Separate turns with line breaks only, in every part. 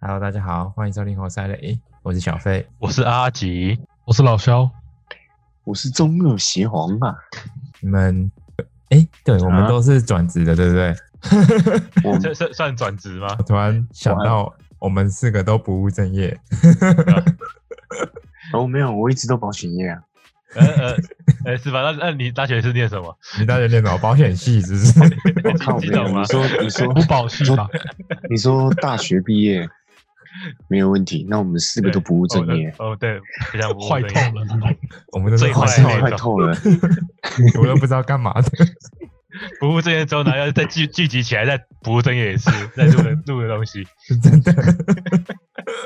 Hello，大家好，欢迎收听活塞雷，我是小飞。
我是阿吉，
我是老肖，
我是中二邪皇啊！
你们，哎，对我们
啊
都是转职的，对不对？
我
这算算转职吗？
突然想到，我们四个都不务正业，
哦没有，我一直都保险业啊。
呃呃，呃是吧？那那你大学是念什么？
你大学念什么保险系？是不是？
我靠，
你
没
懂
有
吗
你说你说
五保系吧？
你说大学毕业没有问题，那我们四个都不务正业，
哦，对，非常不务
坏
正业
透了，
我们都是
最坏
坏
的那
透
种
快
了，
透了。
我都不知道干嘛的。
不务正业之后呢，要再聚聚集起来，再不务正业也是在录的录的东西。
真的。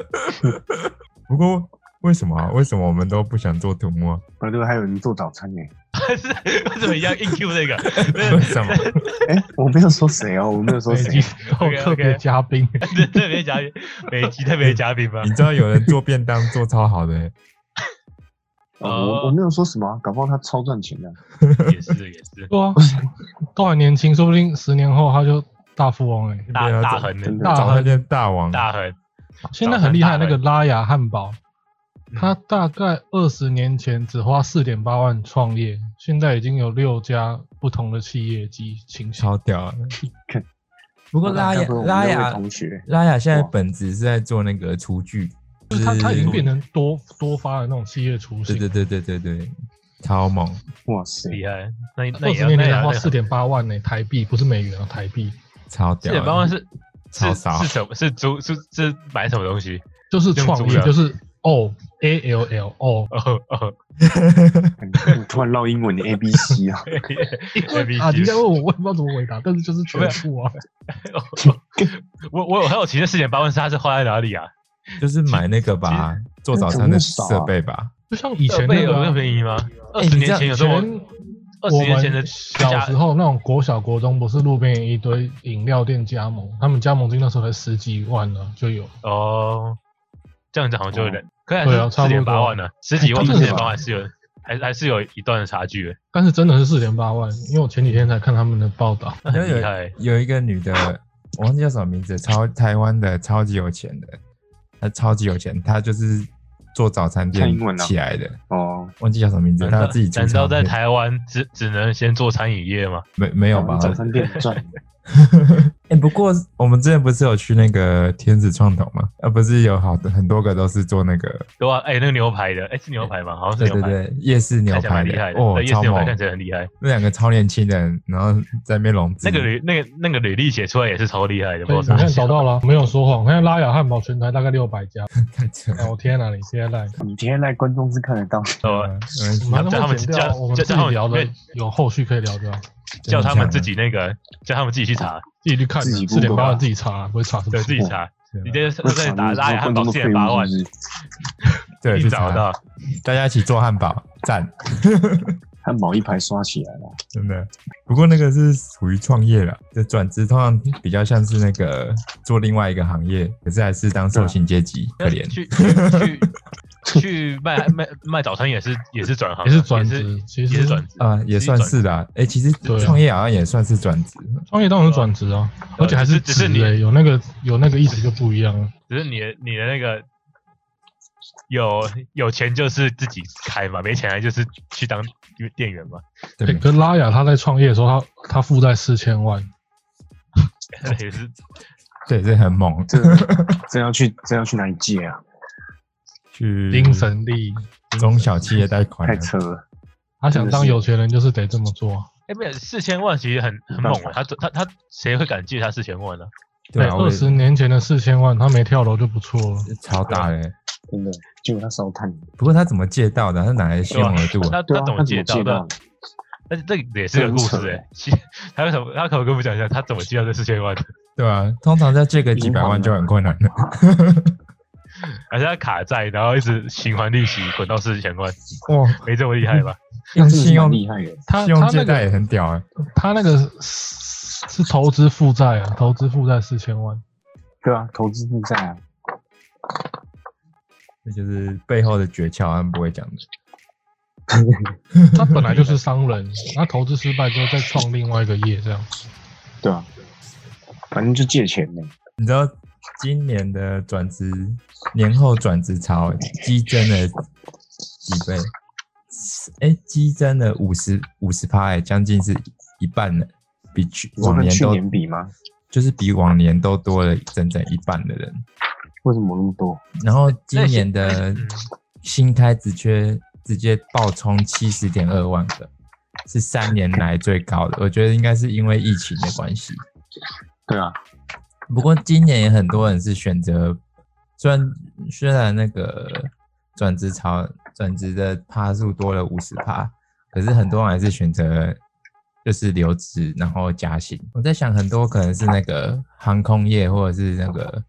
不过为什么啊、为什么我们都不想做土木啊？
啊对，还有人做早餐呢。
但是为什么一样硬 Q 这个？
为什么？
哎，我没有说谁哦，我没有说谁
已经。有特别嘉宾，
这特别嘉宾，每集特别嘉宾吗
你？知道有人做便当做超好的欸、
哦我我没有说什么啊，搞不好他超赚钱的。
也是也是，
对啊，都很年轻，说不定十年后他就大富翁哎、
大
对啊
大
早
横
真
的
的
大呃
早餐店大王，
大横，
现在很厉害，
早餐大
那
亨
个拉雅汉堡，
嗯
他大概二十年前只花四点八万创业，现在已经有六家不同的企业及情形。
超屌 啊。不过拉
该
雅
不会我们
拉
那位
雅
同学，
拉雅现在
哇
本质是在做那个厨具，
就是他，他已经变
得
成多多发的那种企业雏
对
形。
对对对对对，超猛，
哇塞，
厉害。那那
二
也
十
要
年
那
前
也
才
要
花四点八万呢、台币，不是美元啊，台币，
超
四
屌的。
点八万是
超
是
少
是什么？是租是是买什么东西？
就是创
用
业，
租的
就是 O A L L O
哦哦
我突然唠英文的 A B C 啊，
，A B
啊！你
C
在问我，我也不知道怎么回答，但是就是全部啊，
我我有好奇，那四点八万是它是花在哪里啊？
就是买那个吧，做早餐的设备吧。
就像以
设
前
备
那
有那么
个
便宜吗？二
哎
十
你这
年
样
前有
以
这
前
么二十
我
年前的
们小时候那种国小国中，不是路边有一堆饮料店加盟，他们加盟金那时候才十几万呢，就有。
哦，这样子好像就有点，可
对啊
是四
差不多
点八万呢，十几万
哎
四
真的
点
吗
八万是有，还还是有一段的差距的，
但是真的是四点八万，因为我前几天才看他们的报道，
那啊很
有
厉害。
有一个女的，我忘记叫什么名字，超台湾的超级有钱的，她超级有钱，她就是做早餐
看
店
英文啊
起来的，
哦，
忘记叫什么名字，
难
她
道
有自己做
难道
早
在
餐店。
台湾只只能先做餐饮业吗？
没没有吧？
早餐店赚，
哎、不过我们之前不是有去那个天子创投吗？啊，不是有好的很多个都是做那个
对啊，哎，那个牛排的，哎，是牛排吗？好像是
对
牛
对
排。
对，夜市哦牛
看起来
排
蛮厉害的，
哦
对，夜市
超
牛排看
猛！
起来很厉
嗯
害。
那两个超年轻的人，然后在那边融资，
那个履那个那个履历写出来也是超厉害的，不
所以
知
哎你
道
看
是哦
找到了，没有说谎。现在拉雅汉堡全台大概六百家，
太扯
哎
了。
我天哪，你现在
你今天来观众是看得到。
哦
嗯没关系
我们还是会剪
叫他
掉，
们
我们
叫
自己
叫他们
聊的
没
有后续可以聊掉，
叫他
啊
们自，
真的假的
己那个，叫他们自己去查，
自己去看，
自己
四点
Google
八
啊
万自己查，不会查什么
对，自己
哇
查。
对啊
你在
那
在打拉雅汉堡
观众
四
的
点
费
八
用
万，
是不是
对，
一
去
找
查
到，
大家一起做汉堡，赞，
汉堡一排刷起来了。
真的。不过那个是属于创业了，这转职通常比较像是那个做另外一个行业，可是还是当受薪阶级，可怜。
去去去去卖卖卖早餐也是也是转行啊，
也是转
也是
职，其
也
实
是转职
啊，也算是啦。哎，其实
对啊
创业好像也算是转职，
创业当然是转职啊，
对
而且还是
只是
职
你
欸，有那个有那个意思就不一样了。
只是你的你的那个有有钱就是自己开嘛，没钱啊就是去当店员嘛，
对
欸
没错
可是拉雅他在创业的时候，他他负债四千万，
也是
对，这很猛。
这个这要去这要去哪里借啊？
去
精神力，
中小企业贷款啊
太，扯了！
他想当有钱人就是得这么做。啊
哎，没有四千万其实很很猛啊，他他他谁会敢借他四千万呢？
对啊，我
哎二
也
十年前的四千万，他没跳楼就不错了。
超大嘞。
嗯真的，结果他烧炭，
不过他怎么借到的？他哪来的信
对吧
用额度啊？
他
对啊，
他怎么
他怎
借
么
到
借
的
到？欸
但是这个也是个故事哎、 其他为什么他可不可以跟我们讲一下他怎么借到这四千万的？
对啊，通常要借个几百万就很困难了。
还是他卡债，然后一直循环利息滚到四千万？
哇，
没这么厉 害吧？
用
真的
信
是蛮
用
厉害的，
他
信用
他
借
那
贷
个
也很屌啊，
他那个是是投资负债啊，投资负债四千万。
对啊，投资负债啊，
这就是背后的诀窍，他们不会讲的。
他本来就是商人， 他投资失败之后再创另外一个业，这样
对啊，反正就借钱呗。
你知道今年的转职年后转职潮激增了几倍？哎，激增了五十五十趴，哎，将近是一半了，比去
你说
往
跟
年
去
都
年比吗？
就是比往年都多了整整一半的人。
为什么那么多？
然后今
那些
年的新开职缺直接暴冲七十点二万个，是三年来最高的。我觉得应该是因为疫情的关系。
对啊，
不过今年也很多人是选择，虽然虽然那个转职潮转职的趴数多了五十趴，可是很多人还是选择就是留职然后加薪。我在想，很多可能是那个航空业或者是那个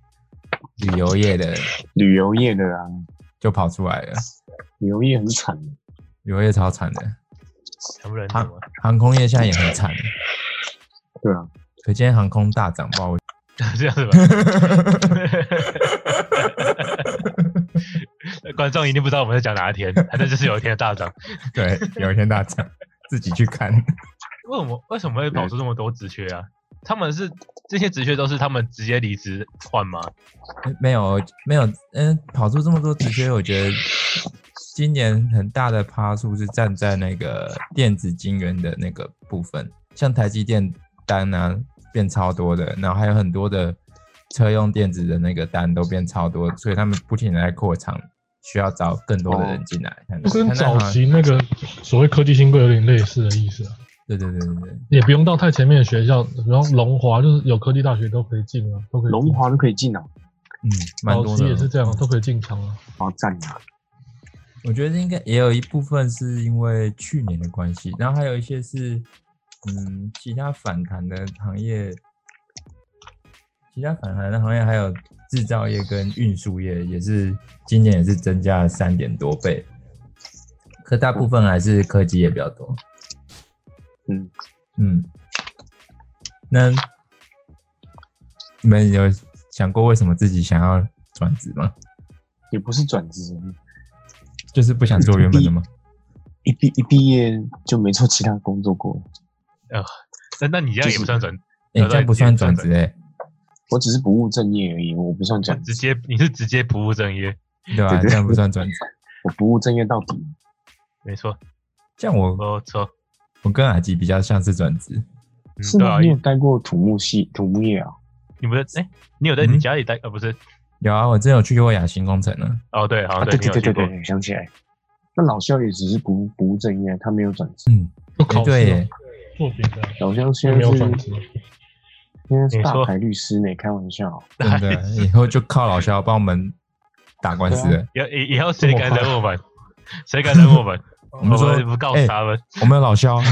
旅游业的
旅游业的啊，
就跑出来了，
旅游业很惨的，
旅游业超惨的，
全部人懂吗？
航空业现在也很惨，
对啊，
可见航空大涨 爆。
这样子吧。 观众一定不知道我们在讲哪一天，反正就是有一天的大涨。
对，有一天大涨，自己去看。
为什么为什么会跑出这么多职缺啊？他们是这些职缺都是他们直接离职换吗？
没有没有，嗯，跑出这么多职缺，我觉得今年很大的趴数是站在那个电子晶圆的那个部分，像台积电单啊变超多的，然后还有很多的车用电子的那个单都变超多，所以他们不停的在扩厂，需要找更多的人进来。
就哦跟
看到
早
好像
期那个所谓科技新贵有点类似的意思啊，
对对对对对，
也不用到太前面的学校，然后龙华就是有科技大学都可以进啊，都可以进。
龙华都可以进啊，
嗯，蛮
早
多
期
的
也
哦。
是这样，都可以进场啊。
好赞啊！
我觉得应该也有一部分是因为去年的关系，然后还有一些是，嗯，其他反弹的行业，其他反弹的行业还有制造业跟运输业也是今年也是增加了三点多倍，可大部分还是科技业比较多。
嗯，
嗯，那你们有想过为什么自己想要转职吗？
也不是转职，啊
就是不想做原本的吗？
一毕一毕业就没做其他工作过，
呃那那你这样也不算转，
哎、这样不算转职哎、
我只是不务正业而已，我不算转
直
职，
接你是直接不务正业，
对吧、
对
这
对
样不算转职。
我不务正业到底。
没错，
像
嗯
我，
没错，
我跟阿吉比较像是转职，
嗯，
是
对
吗？
啊
你，有待过土木系、土木业啊？
你不是哎，你
嗯
有在你家里待呃不是
有啊，我之前有去过雅欣工程呢。
哦对，好
啊，
像
对
对你
对
有
对
去
对
过，
对，想起来。那老肖也只是不不务正业，他没有转职。
嗯，
就
哎
考试
对
哦
啊
耶，
做别的啊，
老肖
就
现
没
在
有啊
是
转职。
现在是
没
大
错
牌律师呢，开玩笑。
真 的，以后就靠老肖帮我们打官司
对啊
了。
以后以以后谁敢惹我们，谁敢惹我们，
我们说
不告
哎
诉他们，
我们有老 肖，
对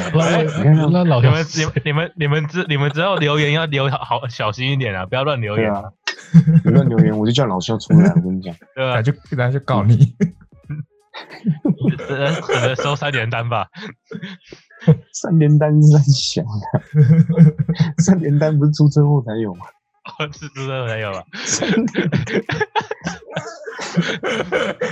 啊，
那我
你看他
那老
你
师
们你们你们你们之你们之后留言要留好好小心一点啊，不要乱留
对
言，
啊， 有乱留言我就叫老肖出来，我跟你讲，
对吧
他？就他就告你。
嗯
只能只能收三连单吧，
三连单是在想的， 三连单不是出车祸才有吗？
是真的没有吧？
三连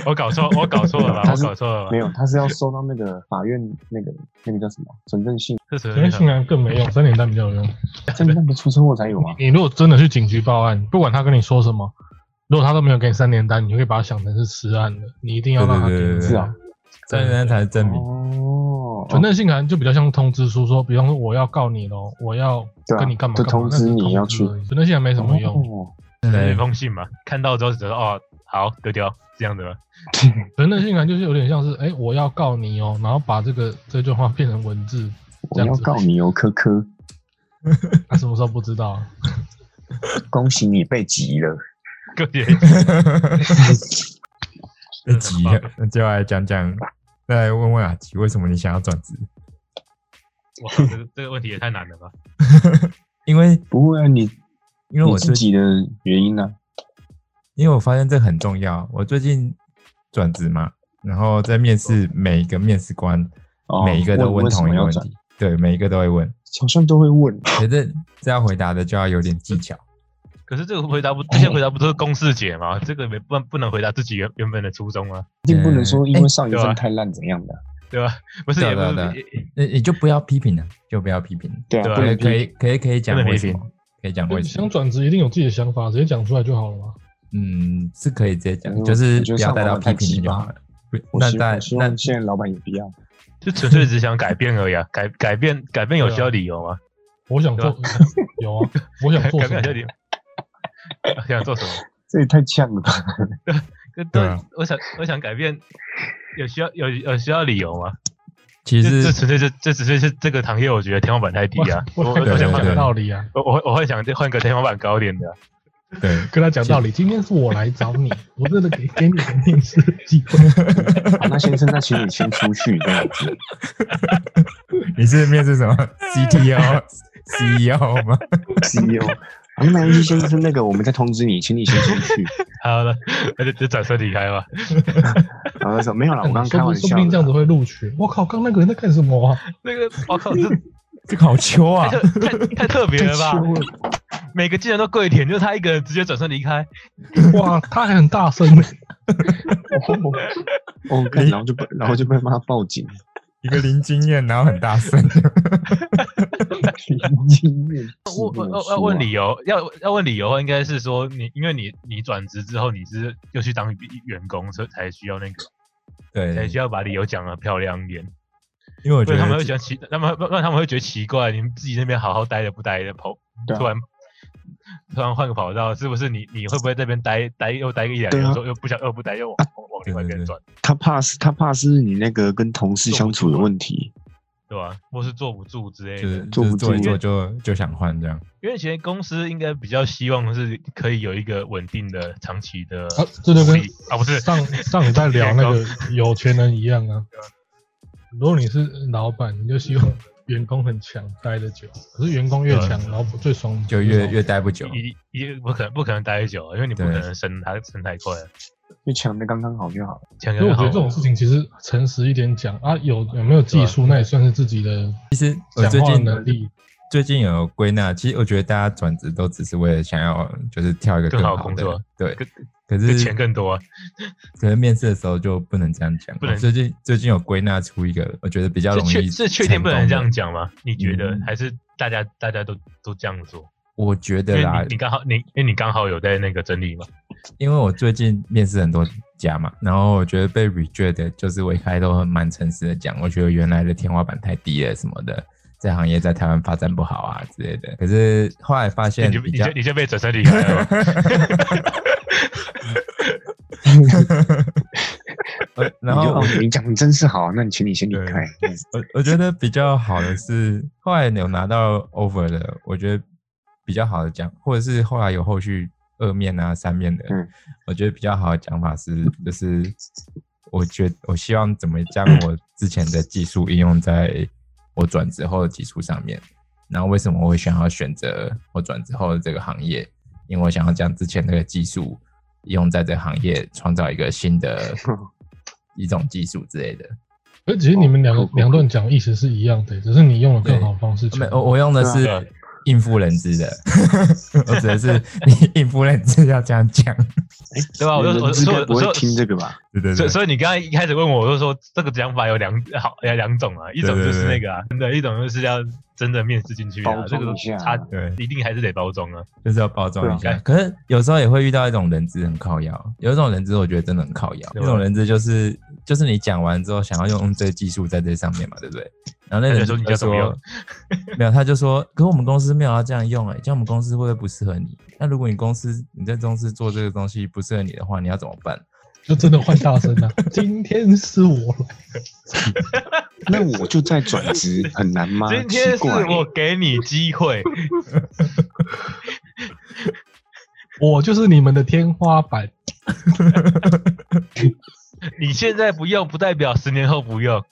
我搞错，我搞错了吧？
他
我
是
搞错了吧
没？有，他是要收到那个法院那个那个叫什么准证信，
是谁
因为性然更没啊用，三点单比较有用。
三连单不是出车祸才有 吗？
你如果真的去警局报案，不管他跟你说什么，如果他都没有给你三连单，你就可以把它想成是实案的，你一定要让他给
对对
你。
对对
是啊，
三人才是证明。
哦，
传真信函就比较像通知书，说，比方说我要告你喽，我要
对啊
跟你干嘛
就
干嘛，
通知你要去
传真信函没什么用，
哦
那
对
一，封信嘛，看到之后只是哦，好丢丢，这样子吧。
传真信函就是有点像是，哎，我要告你哦，然后把这个这句话变成文字，
我
这样
要
子。
告你哦，科科，
他什么时候不知道啊？
恭喜你被急了。
个别
被急了。那就来讲讲，再来问问阿吉，为什么你想要转职？
哇，这个这个问题也太难了吧？
因为
不会啊，你
因为我
你
最
自己的原因呢、
因为我发现这很重要。我最近转职嘛，然后在面试每一个面试官，
哦
每一个都
问为什么
同一个
要
问
转
题，对，每一个都会 问。
小象都会问，
觉得这样回答的就要有点技巧。
可是
嗯
这个回答不，这些回答不都是公式解吗？这个没不不能回答自己原原本的初衷啊，
一定不能
嗯
说因为上一
哎
对啊
份太烂怎样的，
对吧？不是
对啊
也不
对啊
是也
那你就不要批评了，就不要批评，
对啊，
对啊
不
可以
能
可
批
以可以可以讲
不能
为
批
什
评
么，可以讲为什么？
想转职一定有自己的想法，直接讲出来就好了嘛。
嗯，是可以直接讲
我，
就是
我觉得
不要
上
带到
网太
批评
鸡
就
巴
好了。不
我
那
希
在
我希
那
望现在老板也不要，
就纯粹只想改变而已啊，改改变改变有需要理由吗？
我想做， 有啊，我想
改
做
改
什
变有需要理
么？
由？想做什么？
这也太呛了吧？
跟
对
对
啊，
我想我想改变，有需要有有需要理由吗？
其
这这
实
纯粹是这纯粹是这个行业，我觉得天花板太低啊！
我
我
我
我
想
想换
讲
对
个，
个道理啊，
我我会我会想换个天花板高点的啊。
对，
跟他讲道理。今天是我来找你，我真的给给你个面试机 会。
好啊那先生，那请你先出去这 样子。
你是面试什 么 CTO、CEO E 吗？
CEO，啊那没关系，先生，那个我们再通知你，请你先出 去。
好了，那就就转身离开吧。
然后他说没有啦，我刚刚开
说不
玩
哎说
笑
不定这样子
的。
会录取。我靠，刚那个人在干什么啊？
那个我靠，这
这个好秋啊
太！特太太特别了
太
吧！
糗了
每个竟然都跪舔，就他一个人直接转身离开。
哇，他还很大声 呢。
哦哦，干然后就被然后就被骂报 警，
一个零经验，然后很大 声，
零经验。
问问
啊
要要问理由，要要问理由，应该是说你因为你你转职之后，你是又去当员工，所以才需要那个才
对
需，要把理由讲的漂亮一点。
因为我
不
觉
然他们会
得
觉得奇，他们不然他们会觉得奇怪，你们自己那边好好待着不待着，跑
对啊
突然突然换个跑道，是不是你你会不会这边待待又待个一两
对啊
年，又又不想又不待又往往往另外一边转，
他怕是，他怕是你那个跟同事相处的问题。
对吧？或是坐不住之类
就
的
是。
做
就是
不
做一做
住
就就想换这样。
因为其实公司应该比较希望是可以有一个稳定的长期的
啊，这就
福
跟
利啊，不是
上上礼拜聊那 个有钱人一样啊。如果你是老板，你就希
啊
望员工很强，待得久。可是员工越强，老板最爽，
就越越待不久。
一一不可能不可能待久，因为你不
对
可能升他升太快了，
就抢的刚刚好就好。
强
所
强
以我觉
好
得这。种事情其实诚实一点讲啊，有有没有技术，那也算是自己的
其实我
讲
最
话
近
能力。
最近有归纳，其实我觉得大家转职都只是为了想要就是跳一个
更
好
好的
的
工作，
对
更。
可
这
是
钱更多啊，
可能面试的时候就不能这样讲。
不能
我最近最近有归纳出一个，我觉得比较
这
容
确
易
这确定不能这
成
样
功的。
讲吗？你觉得
嗯
还是大家大家都都这样做？
我觉
因
得
为
啦
你，你刚好你因为你刚好有在那个整理嘛，
因为我最近面试很多家嘛，然后我觉得被 reject 的就是我一开头很蛮诚实的讲，我觉得原来的天花板太低了什么的，这行业在台湾发展不好啊之类的。可是后来发
你
现
就
比
你
较
就你就被转身离开了嘛。
呃，然
你就
后
哦你讲真是好，那你请你先离
对
开。
我我觉得比较好的是，后来有拿到 offer 的，我觉得比较好的讲，或者是后来有后续二面啊、三面的，
嗯
我觉得比较好的讲法是，就是我觉我希望怎么将我之前的技术应用在我转职后的技术上面，然后为什么我会想要选择我转职后的这个行业，因为我想要将之前那个技术用在这个行业，创造一个新的一种技术之类的。
而其实你们两
哦酷酷
两段讲意思是一样的，只是你用了更好的方式
没
讲。，
我我用的
对
啊
是应付人资的， 我指的是你应付人资要这样讲，
对
啊
吧我就
人
我
资
说
该不
我
会
说
听这个 吧？
对对
所
对
以，所以你刚才一开始问我，我就说这个讲法有两好有两种啊，一种就是那个啊，真的，一种就是要真的面试进去的啊
包，
这个
装一下
差
对，
一定还是得包装啊。
就是要包装一
对
下
啊。
可是有时候也会遇到一种人资很靠腰，有一种人资我觉得真的很靠腰，一
对啊吧
种人资就是就是你讲完之后想要用这个技术在这上面嘛，对不对？然后那
他
人资
就说你
就
叫怎么
说
用，
没有，他就说，可我们公司没有要这样用哎、欸，这样我们公司会不会不适合你？那如果你公司你在公司做这个东西不适合你的话，你要怎么办？
就真的换大声 了。今天是我来，
那我就在转职，很难吗？
今天是
奇怪
我给你机会，
我就是你们的天花板。
你现在不用，不代表十年后 不用。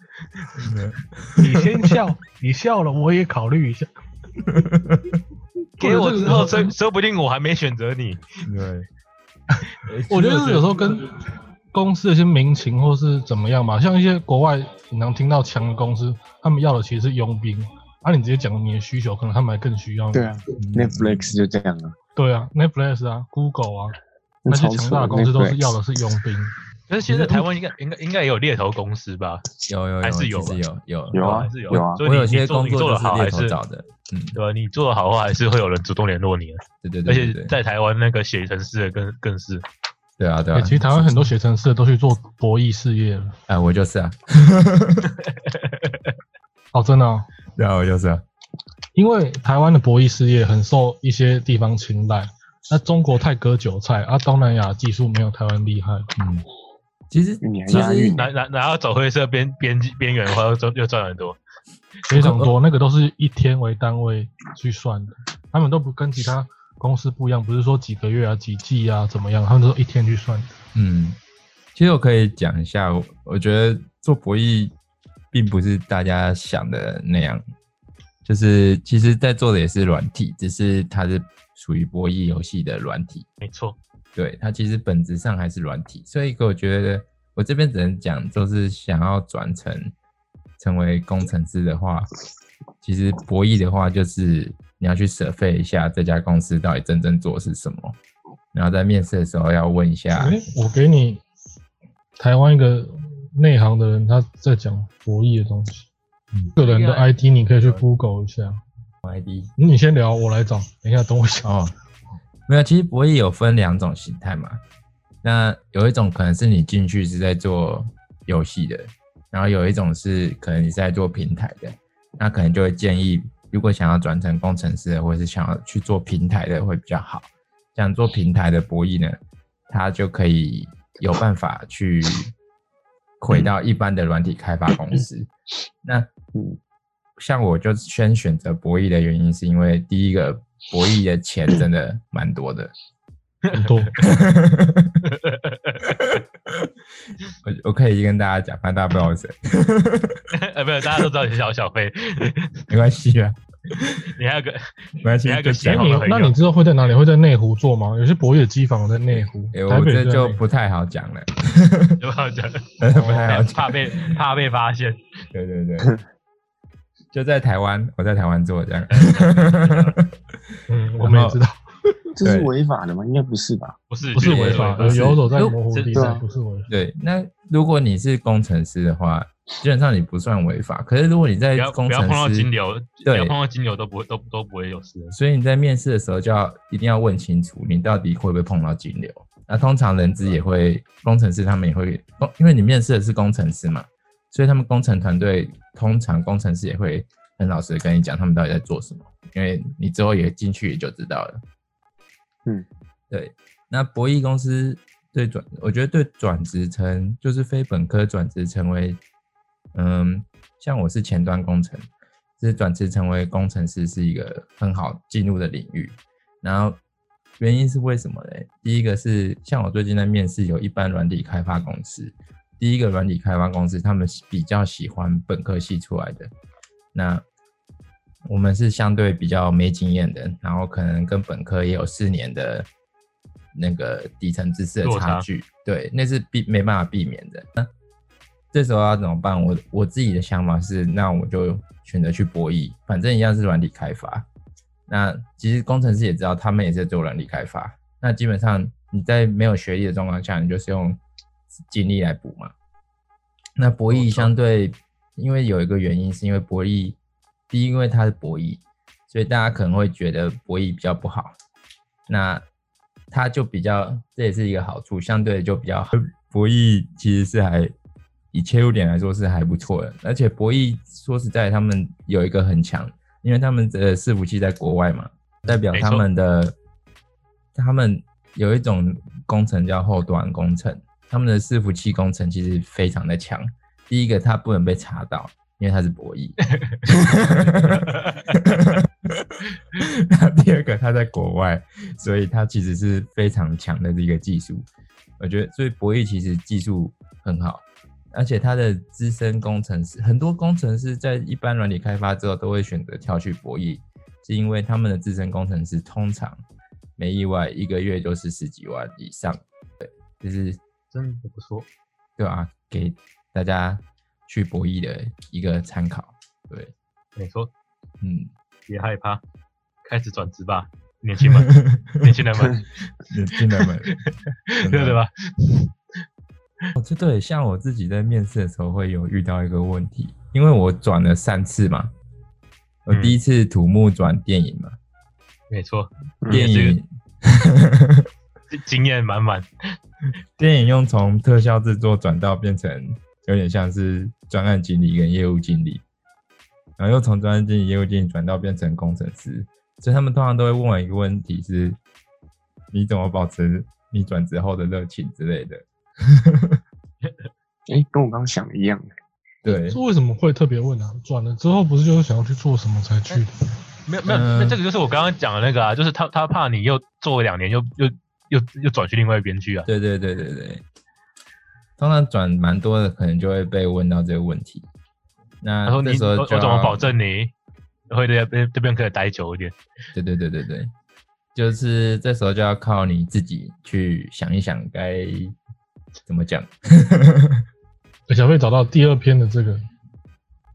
你先 笑，你笑了，我也考虑一下。
给我之后，
真
说说不定我还没选择你。
对，
我觉得是有时候跟公司的一些民情或是怎么样吧，像一些国外你能听到强的公司，他们要的其实是佣兵，啊，你直接讲你的需求，可能他们还更需要你。
对啊，Netflix 就这样啊，
对啊，Netflix 啊，Google 啊，那
那
些
超
强
扯
大的公司都是
Netflix
要的是佣兵。
可是现在台湾应该应该应该也有猎头公司吧？
有有有，
还是有
其实有有
有啊
还是有
有啊
所以
我
你
有些
你做
工
你做
作
的
就是
好还
猎头
是
找的，嗯，
对吧？你做的好的话，还是会有人主动联络你的。啊
对对
而
对对
且
对，
在台湾那个写程式的更更是，
对啊对啊
哎
欸，其实台湾很多写程式的都去做博弈事业了。
哎，我就是啊，
哦，真的、哦，
对啊，我就是啊，
因为台湾的博弈事业很受一些地方青睐，那中国太割韭菜啊，东南亚技术没有台湾厉害。
嗯，其实
你还
其
押
实
韵
然然然后走灰色边边际边缘的话，又赚又赚很多。
非常多，那个都是以天为单位去算的，他们都不跟其他公司不一样，不是说几个月啊、几季啊怎么样，他们都是一天去算。
嗯，其实我可以讲一下，我我觉得做博弈并不是大家想的那样，就是其实在做的也是软体，只是它是属于博弈游戏的软体，
没错，
对，它其实本质上还是软体，所以我觉得我这边只能讲，就是想要转成成为工程师的话，其实博弈的话就是你要去舍费一下这家公司到底真正做的是什么，然后在面试的时候要问一下，
哎、我给你台湾一个内行的人，他在讲博弈的东西，
嗯
个人的 ID 你可以去 Google 一下。ID，你先聊，我来找。等一下，等我一下。
哦，没有，其实博弈有分两种形态嘛。那有一种可能是你进去是在做游戏的，然后有一种是可能你是在做平台的，那可能就会建议，如果想要转成工程师的，或是想要去做平台的会比较好。想做平台的博弈呢，它就可以有办法去回到一般的软体开发公司。那
嗯
像我就先选择博弈的原因，是因为第一个博弈的钱真的蛮多的，
很多，
我我可以跟大家讲，反正大家不知道我是谁，
呃，没有，大家都知道你是小小飞，
没关系啊，
你还有个
没关系
你还有，
就
个
讲
闲
那
好
你
的朋友
那你知道会在哪里？会在内湖做吗？有些博弈的机房在内湖，
诶
台
哎我
北
这
在
就
内湖
不太好讲了，
有没有讲？
真 的不太好讲。
怕被怕被发现。
对对 对，就在台湾，我在台湾做这样。
嗯，我们也知道，
这是
对
违法的吗？应该不是吧？
不是
不是违法，
不
的，
是
游走在模糊地
对
带，
啊
不是违法。
对，那如果你是工程师的话，基本上你不算违法。可是如果你在
不要
工
不要
程
碰到金
师，
流，不
对
要碰到金流都不会都都不会有事。
所以你在面试的时候就要一定要问清楚，你到底会不会碰到金流。那通常人资也会，工程师他们也会，工因为你面试的是工程师嘛，所以他们工程团队通常工程师也会很老实的跟你讲他们到底在做什么，因为你之后也进去也就知道了。
嗯，
对。那博弈公司对转，我觉得对转职成就是非本科转职成为，嗯，像我是前端工程，就是转职成为工程师是一个很好进入的领域。然后原因是为什么呢？第一个是像我最近在面试有一般软体开发公司，第一个软体开发公司他们比较喜欢本科系出来的，那我们是相对比较没经验的，然后可能跟本科也有四年的那个底层知识的
落
差
差
距，对，那是避没办法避免的。那这时候要怎么办？我我自己的想法是，那我就选择去博弈，反正一样是软体开发。那其实工程师也知道，他们也是做软体开发。那基本上你在没有学历的状况下，你就是用精力来补嘛。那博弈相对，因为有一个原因，是因为博弈，第一，因为它是博弈，所以大家可能会觉得博弈比较不好。那它就比较，这也是一个好处，相对就比较好。 博弈其实是还以切入点来说是还不错的，而且博弈说实在，他们有一个很强，因为他们的伺服器在国外嘛，代表
没
他
错
们的他们有一种工程叫后端工程，他们的伺服器工程其实非常的强。第一个，它不能被查到，因为它是博 弈；那 第二个，它在国外，所以它其实是非常强的一个技术。我觉得，所以博弈其实技术很好，而且它的资深工程师，很多工程师在一般软体开发之后都会选择跳去博弈，是因为他们的资深工程师通常没意外一个月就是十几万以上，对，就是
真的不错，
对啊，给大家去博弈的一个参考，对，
没错，
嗯，
别害怕，开始转职吧，年轻 们，年轻人们，
年轻人们，真的
对对吧？
哦，这对，像我自己在面试的时候会有遇到一个问题，因为我转了三次嘛，我第一次土木转电影嘛，
没错，
电
这个
影
经经验满满。
电影用从特效制作转到变成有点像是专案经理跟业务经理，然后又从专案经理、业务经理转到变成工程师，所以他们通常都会问我一个问题是：你怎么保持你转职后的热情之类的？嗯
哎，跟我刚刚想的一样，
对，
这为什么会特别问啊？转了之后不是就是想要去做什么才去的？
没有没有，那这个就是我刚刚讲的那个啊，就是他他怕你又做了两年又又又又转去另外一边去啊。
对对对对对，通常转蛮多的，可能就会被问到这个问题。那
他说
那
你
时候
我我
就
怎么
要
保证你会在这边这边可以待久一点？
对对对对对，就是这时候就要靠你自己去想一想该怎么讲。
欸小贝找到第二篇的这个，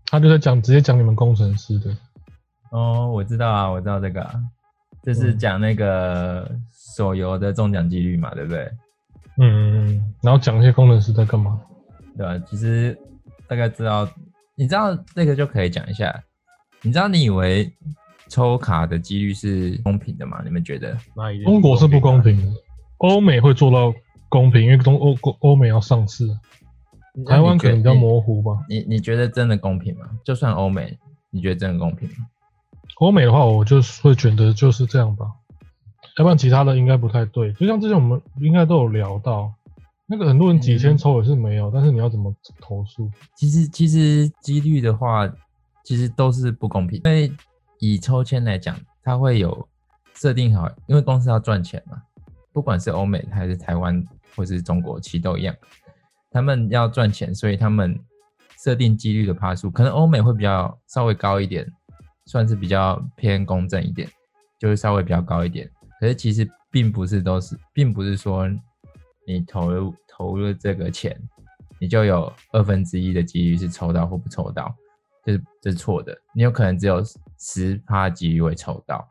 他就在讲直接讲你们工程师的，
哦，我知道啊，我知道这个啊、这是
嗯
讲那个手游的中奖几率嘛，对不对？
嗯，嗯，然后讲一些工程师在干嘛。
对吧、其实大概知道，你知道这个就可以讲一下。你知道你以为抽卡的几率是公平的吗？你们觉得？
那一定
中国是不公
的。
平啊的，欧美会做到公平，因为中欧欧欧美要上市，啊台湾可能比较模糊吧。
你你觉得真的公平吗？就算欧美，你觉得真的公平吗？
欧美的话，我就会觉得就是这样吧，要不然其他的应该不太对。就像之前我们应该都有聊到，那个很多人几千抽也是没有，但是你要怎么投诉？
其实其实几率的话，其实都是不公平，因为以抽签来讲，它会有设定好，因为公司要赚钱嘛，不管是欧美还是台湾或是中国，其实都一样，他们要赚钱，所以他们设定几率的趴数，可能欧美会比较稍微高一点，算是比较偏公正一点，就是稍微比较高一点，可是其实并不是都是，并不是说你投入投入这个钱，你就有二分之一的几率是抽到或不抽到，这、是这、是错的。你有可能只有十趴几率会抽到，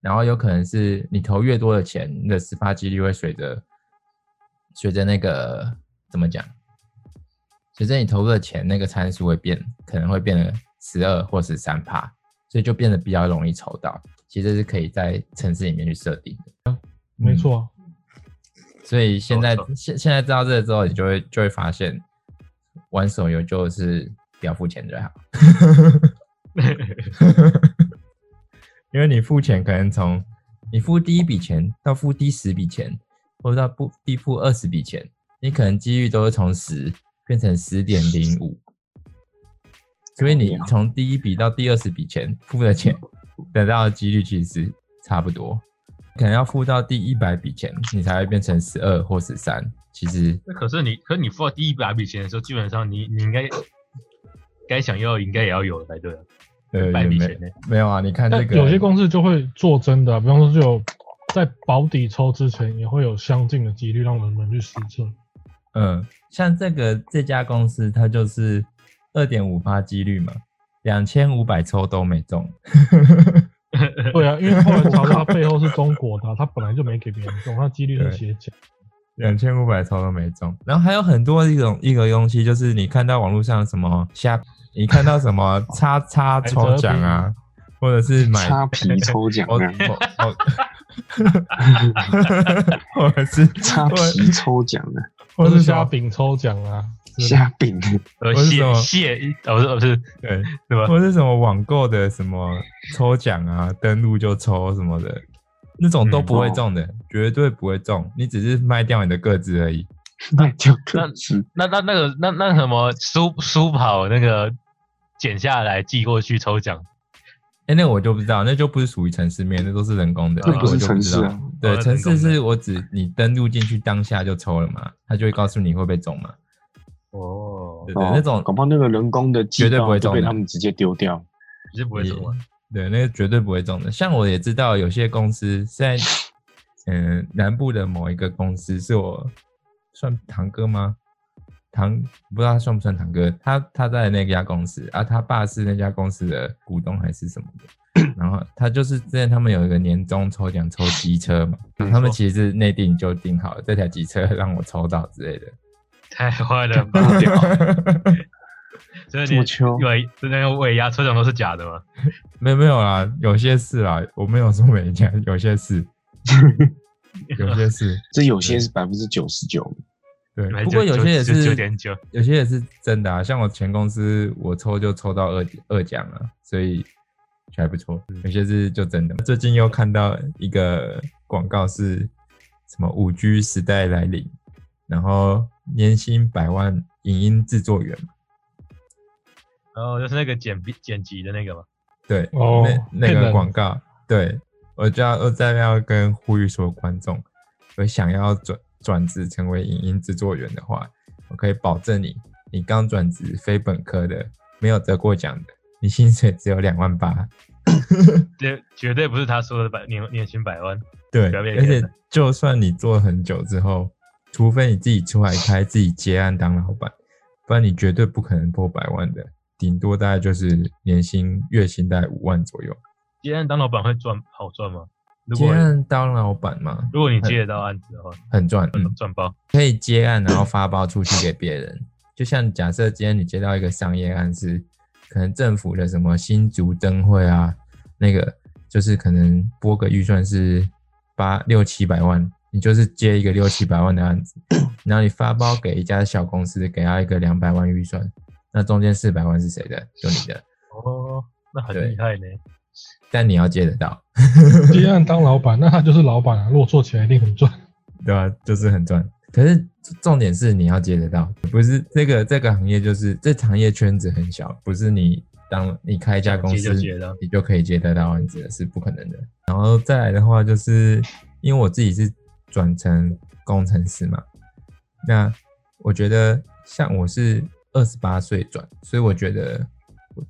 然后有可能是你投越多的钱，你的十趴几率会随着随着那个怎么讲，随着你投入的钱那个参数会变，可能会变得十二或十三趴，所以就变得比较容易抽到。其实这是可以在城市里面去设定的，
没错啊，
所以现在
没错
现现在知道这个之后，你就会就会发现，玩手游就是不要付钱最好，因为你付钱可能从你付第一笔钱到付第十笔钱，或者到不第付二十笔钱，你可能几率都是从十变成十点零五，所以你从第一笔到第二十笔钱付的钱得到的几率其实是差不多。可能要付到第一百笔钱，你才会变成十二或十三。其实
那可是你，可是你付到第一百笔钱的时候，基本上你你应该该想要应该也要有才对啊，
呃
百
也
笔
没
钱呢？
没有啊，你看这
但
个
有些公司就会做真的啊、比方说就有在保底抽之前也会有相近的几率让人们去实测。
嗯，像这个这家公司，它就是二点五八几率嘛，两千五百抽都没中。
对啊，因为后来查到他背后是中国的啊、他本来就没给别人中，他几率是斜角。
两千五百抽都没中。然后还有很多一种一个东西，就是你看到网络上什么虾，你看到什 么叉叉抽奖啊，或者是买
擦皮抽奖
我
啊，
我我，或 者是
擦皮抽奖啊，
或
或
者
是
是
虾饼抽奖啊，之类的
虾 饼
呃，
我是
谢
什么
谢，哦不是不是，
对，
对吧？
或是什么网购的什么抽奖啊，登录就抽什么的，那种
嗯
都
哦
不会中的，绝对不会中。你只是卖掉你的个子而已。
卖掉
那
个子，
那那那个那那什么书书跑那个剪下来寄过去抽奖，
哎、那我就不知道，那就不是属于城市面，那都是人工的，
那
个
不
我
是
就不
城
知道
市。啊，
对，
哦
城市
人工
是
的
我指你登录进去当下就抽了嘛，他就会告诉你会不会中嘛，
哦
对，不对？
哦
那种
搞不好那个人工的寄
绝对不会
到就
中
被
的
他们直接丢掉，
你是不会
也
中啊？
对，那个绝对不会中的。像我也知道有些公司在，嗯、南部的某一个公司是我算堂哥吗？堂不知道他算不算堂哥，他他在那家公司啊，他爸是那家公司的股东还是什么的。然后他就是之前他们有一个年终抽奖抽机车嘛，
嗯
他们其实是内定就定好了这台机车让我抽到之类的。
太坏了 吧！哦所以
这
你
么秋
尾真的尾牙抽奖都是假的吗？
没有没有啦，有些事啦，我没有说每家，有些 事，有些事，
这有些是百分之九十九，
对
本来，
不
就
过有些也
就是九点九，
有些也是真的啊，像我前公司我抽就抽到二二奖了，所以就还不错。
嗯
有些是就真的。最近又看到一个广告是什么五 G 时代来临，然后年薪百万影音制作人，
然后哦就是那个剪剪辑的那个嘛。
对，
哦
那那
骗
个
人
广告，对我就要我在那要跟呼吁所有观众，有想要转转职成为影音制作员的话，我可以保证你，你刚转职非本科的，没有得过奖的，你薪水只有两万八，
绝绝对不是他说的百年年薪百万，
对，
不要被
而且
骗了啊
就算你做很久之后，除非你自己出来开自己接案当老板，不然你绝对不可能破百万的，顶多大概就是年薪月薪大概五万左右。
接案当老板会赚好赚吗？如
接
果
案当老板嘛，
如果你接得到案子的话，
很赚，嗯。
赚爆。
可以接案，然后发包出去给别人。就像假设今天你接到一个商业案是，可能政府的什么新竹灯会啊，那个就是可能拨个预算是八六七百万，你就是接一个六七百万的案子，然后你发包给一家小公司，给他一个两百万预算，那中间四百万是谁的？就你的，
哦，那很
对
厉害呢。
但你要接得到，
接案当老板，那他就是老板啊。如果做起来一定很赚。
对吧、就是很赚。可是重点是你要接得到，不是这个这个行业就是这行业圈子很小，不是你当你开一家公司
想接就接到
你就可以接得到案子的，是不可能的。然后再来的话，就是因为我自己是转成工程师嘛，那我觉得像我是二十八岁转，所以我觉得我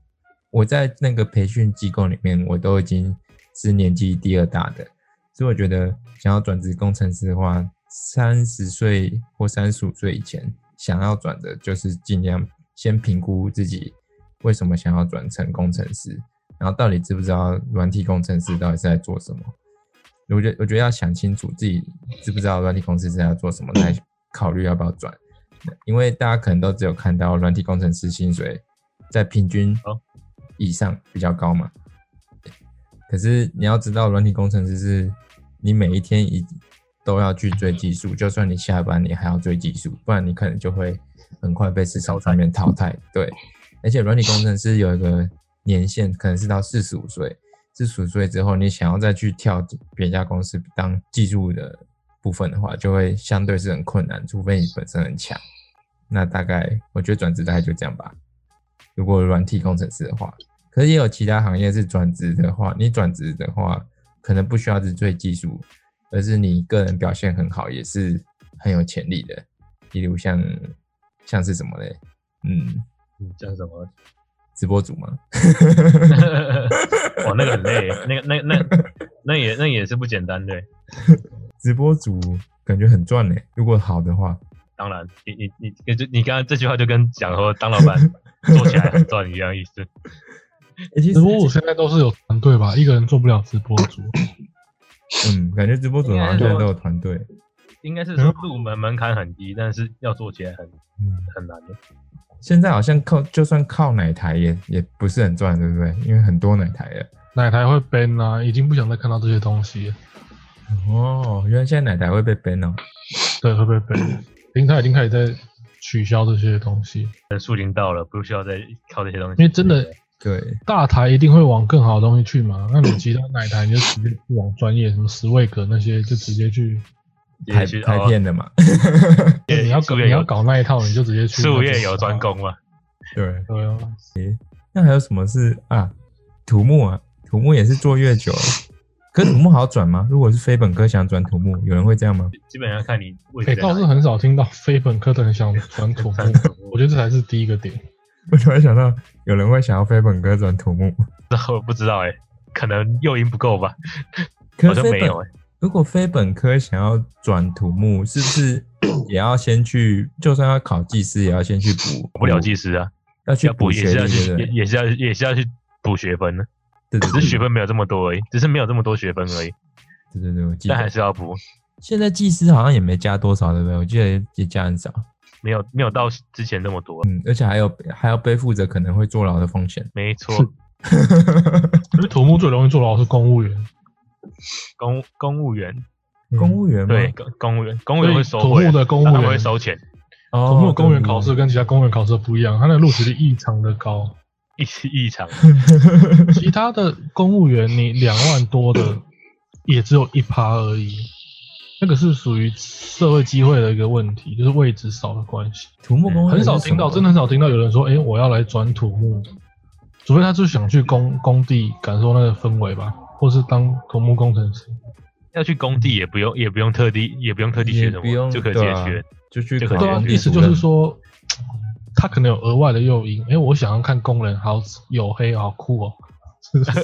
我在那个培训机构里面，我都已经是年纪第二大的，所以我觉得想要转职工程师的话，三十岁或三十五岁以前想要转的，就是尽量先评估自己为什么想要转成工程师，然后到底知不知道软体工程师到底是在做什么。我觉得我觉得要想清楚自己知不知道软体公司是要做什么，来考虑要不要转。因为大家可能都只有看到软体工程师薪水在平均
哦
以上比较高嘛，可是你要知道，软体工程师是你每一天一都要去追技术，就算你下班，你还要追技术，不然你可能就会很快被市场上面淘汰。对，而且软体工程师有一个年限，可能是到四十五岁，四十五岁之后，你想要再去跳别家公司当技术的部分的话，就会相对是很困难，除非你本身很强。那大概我觉得转职大概就这样吧。如果软体工程师的话，可是也有其他行业是转职的话，你转职的话，可能不需要是最技术，而是你个人表现很好，也是很有潜力的。例如像像是什么嘞？嗯，
嗯，讲什 么？
直播主嘛，
哇，那个很累，那个那那那也那也是不简单的。
直播主感觉很赚嘞。如果好的话，
当然，你你你你就你刚刚这句话就跟讲说当老板 做起来很赚一样意思。
欸、其实
直播主现在都是有团队吧，一个人做不了直播主。
嗯，感觉直播主好像现在
啊
都有团队，
应该是说入门门槛很低，但是要做起来很
嗯。
很难的。
现在好像靠就算靠奶台也也不是很赚，对不对？因为很多奶台了。
奶台会 ban 啊，已经不想再看到这些东西了，
哦，原来现在奶台会被 ban 哦。
对，会被 ban。平台已经开始在取消这些东西，
等树林到了，不需要再靠这些东西。
因为真的
对，
大台一定会往更好的东西去嘛。那你其他奶台你就直接去往专业，什么十位格那些就直接去。
拍
也哦许
拍片的嘛。
对
你要搞
术业
你要
有
搞那一套，你就直接去。
术业有专。攻嘛。
对，
对啊，
那还有什么是啊？土木啊，土木也是做越久了，可是土木好转吗？如果是非本科想转土木，有人会这样吗？
基本上看你位置
哎，
在哪
倒
里。
是很少听到非本科的人想转土木，我觉得这才是第一个点。
我突然想到，有人会想要非本科转土木，
我不知道哎、可能诱因不够吧，
可
好
是非
像没
本
有哎、
如果非本科想要转土木，是不 是也要先去？就算要考技师，也要先去补
补不了技师啊，
要去
要
补
补也
学
是要
历，对
去
不
也
对？
也是要也是要去补学分的，
对对
只
对
是学分没有这么多而已，只是没有这么多学分而已，
对对对，我记
但还
得
是要补。
现在技师好像也没加多少，对不对？我记得也加很少。
没有没有到之前那么多。
嗯，而且还有还要背负着可能会坐牢的风险。
没错，
可是土木最容易坐牢是公务员，嗯
公公务员
公务员吗
对，公公务员公务
所
员会
以
收
土
回
木
来，
的公
他
务
们会
员，
收钱，
哦
土木的公务员考
对
试跟其他公务员考试不一样，它的录取率异常的 高。
异异常。
其他的公务员，你两万多的也只有一趴而已，那个是属于社会机会的一个问题，就是位置少的关系。
土木公务员
很少
是什
听
么
到，真的很少听到有人说，哎、我要来转土木，除非他就想去工工地感受那个氛围吧，或是当土木工程师。
要去工地也不用也不用特地也不用特地
也
学什
不用
么，就可以直
对
接
啊
学。
就去
就
考
可
对
能
公
啊
务，员
意思就
主
是
任
说，他可能有额外的诱因，哎、我想要看工人好黝黑，好酷 哦。
想想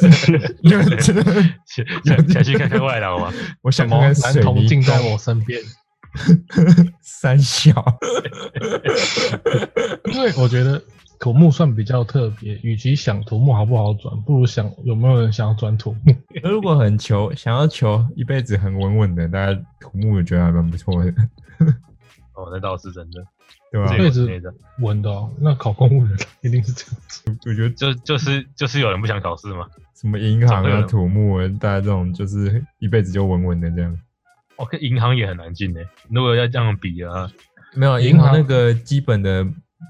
想去看看外劳吗？
我
什
想
么
看看
男
水
童
泥
近在
工
我身边？
三小，
因为我觉得土木算比较特别，与其想土木好不好转，不如想有没有人想要转土木。
如果很求想要求一辈子很稳稳的，大家土木我觉得还蛮不错的，
哦，那倒是真的，
对啊吧、
这
辈
个
子
是真的，
稳的哦，那考公务员一定是这样子。
我觉得
就就是就是有人不想考试嘛。
什么银行
总会
啊、
有
土木啊，大家这种就是一辈子就稳稳的这样。
哦，跟银行也很难进呢。如果要这样比啊，
没有
银
银行
行
那个基本的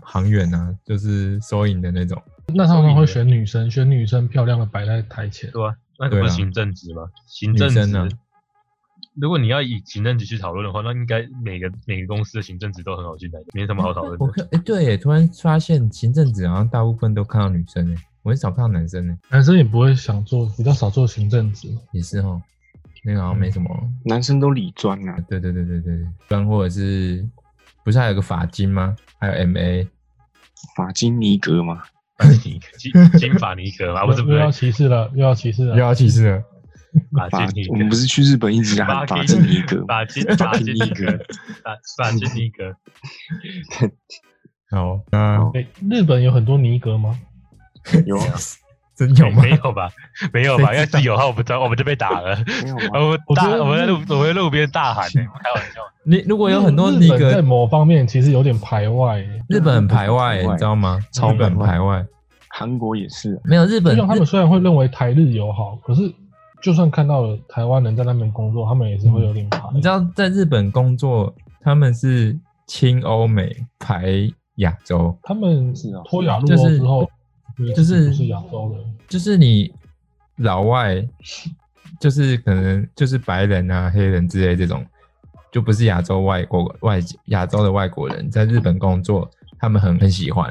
行员啊，就是收银的那种。
那他们会选女生，选女生漂亮的摆在台前。
对吧、那个不
对啊
是行政职吗？行政
女
职
生啊
如果你要以行政职去讨论的话，那应该每个每个公司的行政职都很好进来的，没什么好讨论
我
的。
看，哎、对耶，突然发现行政职好像大部分都看到女生诶，我很少看到男生诶，
男生也不会想做，比较少做行政职。
也是哦，那个好像没什么。
男生都理专啊，
对对对对对，专或者是不是还有个法金吗？还有 MA，
法金尼格嘛，
反正金金金法尼克 嘛，不是不
又要
是
歧视了，又要歧视
又
了。
要歧视了。
法
法
金尼
我们不
克，
是去日本一直喊法金尼格吗？
法金法金尼
法金尼
克
克，
法法金尼克，
好，那
哎、日本有很多尼格吗？
有啊
真有吗？
没有吧？没有吧？
谁
要
知道
是有的话，我们我们就被打了。
没有啊吗？
我们
我觉
大
得
我们在路
日
我们在路边大喊欸呢、开玩笑。
你如果有很多
日
尼
本在
格，
某方面其实有点排外、欸。
日本很排外耶，
排外
你知道吗？
超
日本很
排外
排外，
韩国也是啊，
没有日
就
本
像他
日
们虽然会认为台日友好，可是就算看到了台湾人在那边工作，他们也是会有点排。
嗯你知道在日本工作，他们是亲欧美排亚洲，
他们
是啊
脱亚入
就
欧
是
之后，你
就
自己
是
不是亚洲人，
就是你老外，就是可能就是白人啊、黑人之类这种，就不是亚洲外国外亚洲的外国人，在日本工作，他们很很喜欢。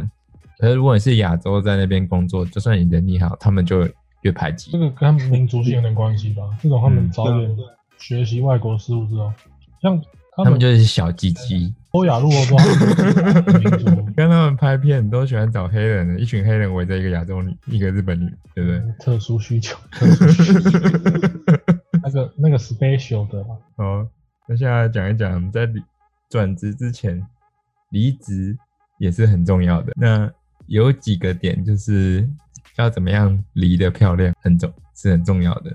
可是如果你是亚洲在那边工作，就算你人你好，他们就越排
这
挤。
个跟他们民族性有点关系吧？这种他们
嗯
早点
啊
学习外国事物之后，像他
他们
们
就是小鸡鸡，
脱亚入欧之后，他们就是民族
跟他们拍片都喜欢找黑人，一群黑人围着一个亚洲女，一个日本女，对不对？
特殊需求，特殊需 求那个那个 special 的吧。
好，哦那现在讲一讲我们在离转职之前，离职也是很重要的。那有几个点就是要怎么样离得漂亮，很重是很重要的。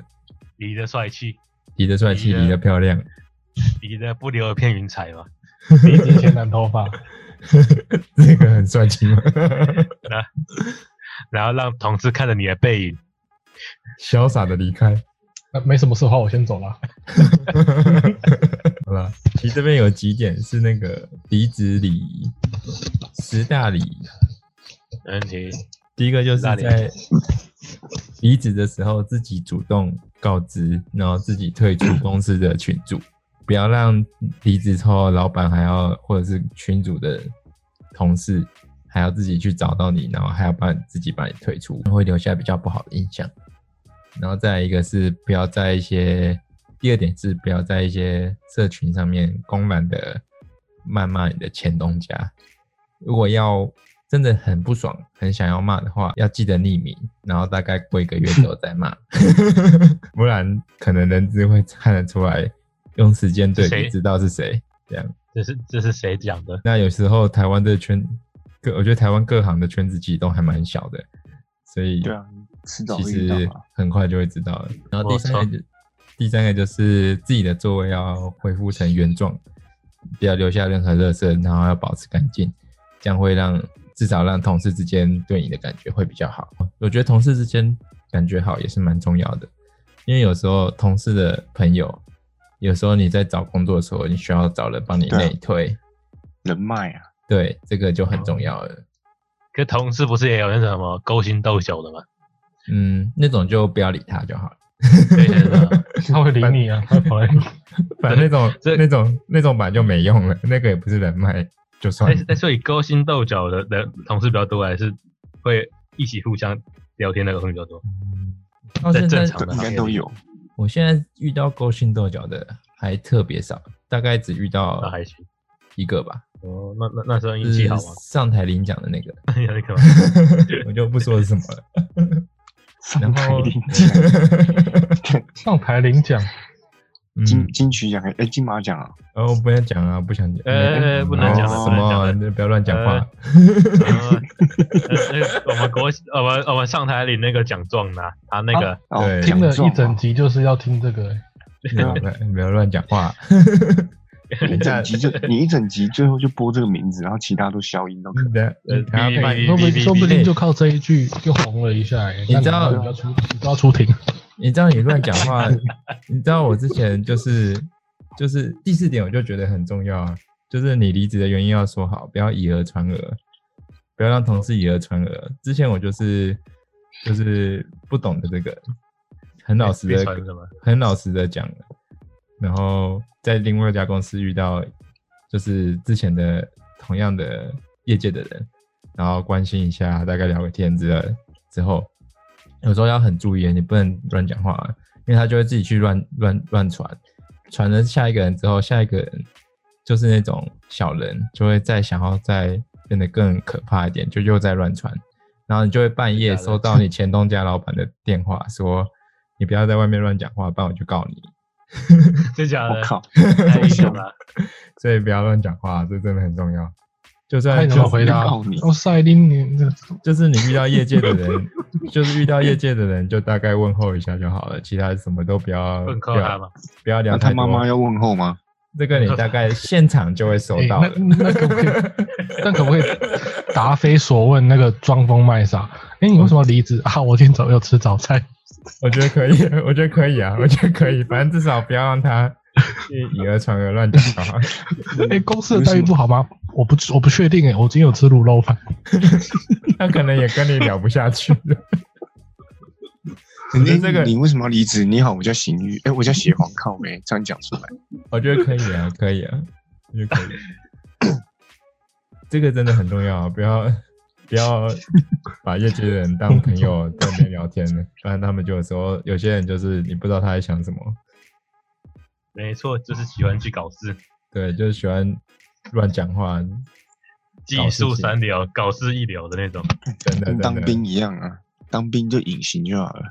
离得帅气，
离得帅气，
离得
离得漂亮，
离得不留一片云彩嘛。
离职前染头发，
这个很帅气 吗？
然后让同事看着你的背影，
潇洒的离开。
那没什么事的话，我先走了。
好了，其实这边有几点是那个离职礼仪，十大礼仪。
没问题。
第一个就是
哪
在
里
离职的时候自己主动告知，然后自己退出公司的群组，不要让离职之后老板还要或者是群组的同事还要自己去找到你，然后还要把你自己把你退出，会留下比较不好的印象。然后再来一个是不要在一些，第二点是不要在一些社群上面公然的谩骂你的前东家，如果要真的很不爽、很想要骂的话，要记得匿名，然后大概过一个月之后再骂， 不然可能人资会看得出来，用时间对
谁
比知道是谁。
这是这是谁讲的？
那有时候台湾的圈，各我觉得台湾各行的圈子其实都还蛮小的，所以
对啊，迟早
其
会遇到
实
啊。
很快就会知道了。然后第
我
三个
操
就，第三个就是自己的座位要恢复成原状，不要留下任何垃圾，然后要保持干净，这样会让至少让同事之间对你的感觉会比较好。我觉得同事之间感觉好也是蛮重要的，因为有时候同事的朋友，有时候你在找工作的时候，你需要找人帮你
对啊
内推，
人脉啊，
对，这个就很重要了。
可同事不是也有那种什么勾心斗角的吗？
嗯，那种就不要理他就好了。
对的，
他会理你啊，他会 跑来你。
反正那种
这
那种那种版就没用了，那个也不是人脉，就算
哎
了。
哎，所以勾心斗角的的同事比较多，还是会一起互相聊天的同事比较多？
到
这
现在
正常
对，
的
应该都有。
我现在遇到勾心斗角的还特别少，大概只遇到
啊那还行。
一个吧，
哦，那那那时候
就
运气
是
好
上台领奖的 那个，
吗？有那个吗？
我就不说是什么 了。然
上台
后
领奖，
上台领奖，
嗯
金，金曲奖还哎金马奖啊，
然后不要讲啊，不想讲，
呃，不能讲的，
哦
不
什
能
么
讲的
啊，。那不要乱讲话。
呃那个我们国我们我们上台领那个奖状呢，他那个
哦
对，
奖
听了
状
一
啊
整集就是要听这个、欸，
不要
呃
乱不要乱讲话。
你一整集就你一整集最后就播这个名字，然后其他都消音都可以。
你的
呃
他被
哔哔
哎说不
哔
定说不
哔
定就靠这一句就红了一下、欸。
你知道
那你要出你就要出庭，
你知道你乱讲话， 你知道我之前就是就是第四点，我就觉得很重要啊，就是你离职的原因要说好，不要以讹传讹，不要让同事以讹传讹。之前我就是就是不懂得这个，很老实
被
的
哎传什么？
很老实的讲了，然后在另外一家公司遇到就是之前的同样的业界的人，然后关心一下，大概聊个天之类之后，有时候要很注意，你不能乱讲话，啊因为他就会自己去乱乱乱传，传了下一个人之后，下一个人就是那种小人，就会再想要再变得更可怕一点，就又在乱传。然后你就会半夜
假的
收到你前东家老板的电话，说你不要在外面乱讲话，不然我就告你。
真假的
我？靠，
太凶了！
所以不要乱讲话，这真的很重要。就
他
算
怎
哎就
么回答
告你？
哦，赛琳，你这
就是你遇到业界的人，就是遇到业界的人，就大概问候一下就好了，其他什么都不要
问
不
靠他
要
嘛，
不要聊
那
太
他
多。
妈妈要问候吗？
这个你大 概现场就会收
欸
到了。
那那可 不可以？但可不可以答非所问？那个装疯卖傻？哎、你为什么离职啊？我今天早有吃早餐，
我觉得可以， 我觉得可 以啊，我觉得可以，反正至少不要让他去以讹传讹乱讲 话。嗯
哎、公司的待遇不好吗？我不我不确定哎、我今天有吃卤肉饭，
他可能也跟你聊不下去了。
你
我觉得这个
哎你为什么要离职？你好，我叫邢玉，哎，我叫血皇靠没，这样讲出来，
我觉得可以啊，可以啊，我觉得可以。这个真的很重要，啊不要不要把业界的人当朋友在那边聊天了，不然他们就有时候有些人就是你不知道他在想什么，
没错，就是喜欢去搞事，
对，就是喜欢乱讲话，
技术三流，搞事一流的那种。
真的真
跟
的
当兵一样啊，当兵就隐形就好了。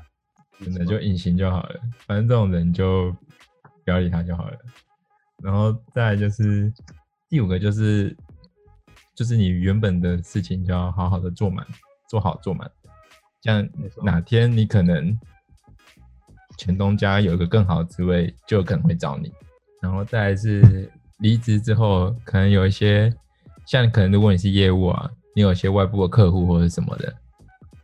真的就隐形就好了，反正这种人就不要理他就好了。然后再来就是第五个就是就是你原本的事情就要好好的做满，做好做满，这样
没错
哪天你可能前东家有一个更好的职位，就有可能会找你。然后再来是离职之后，可能有一些像可能如果你是业务啊，你有一些外部的客户或者什么的，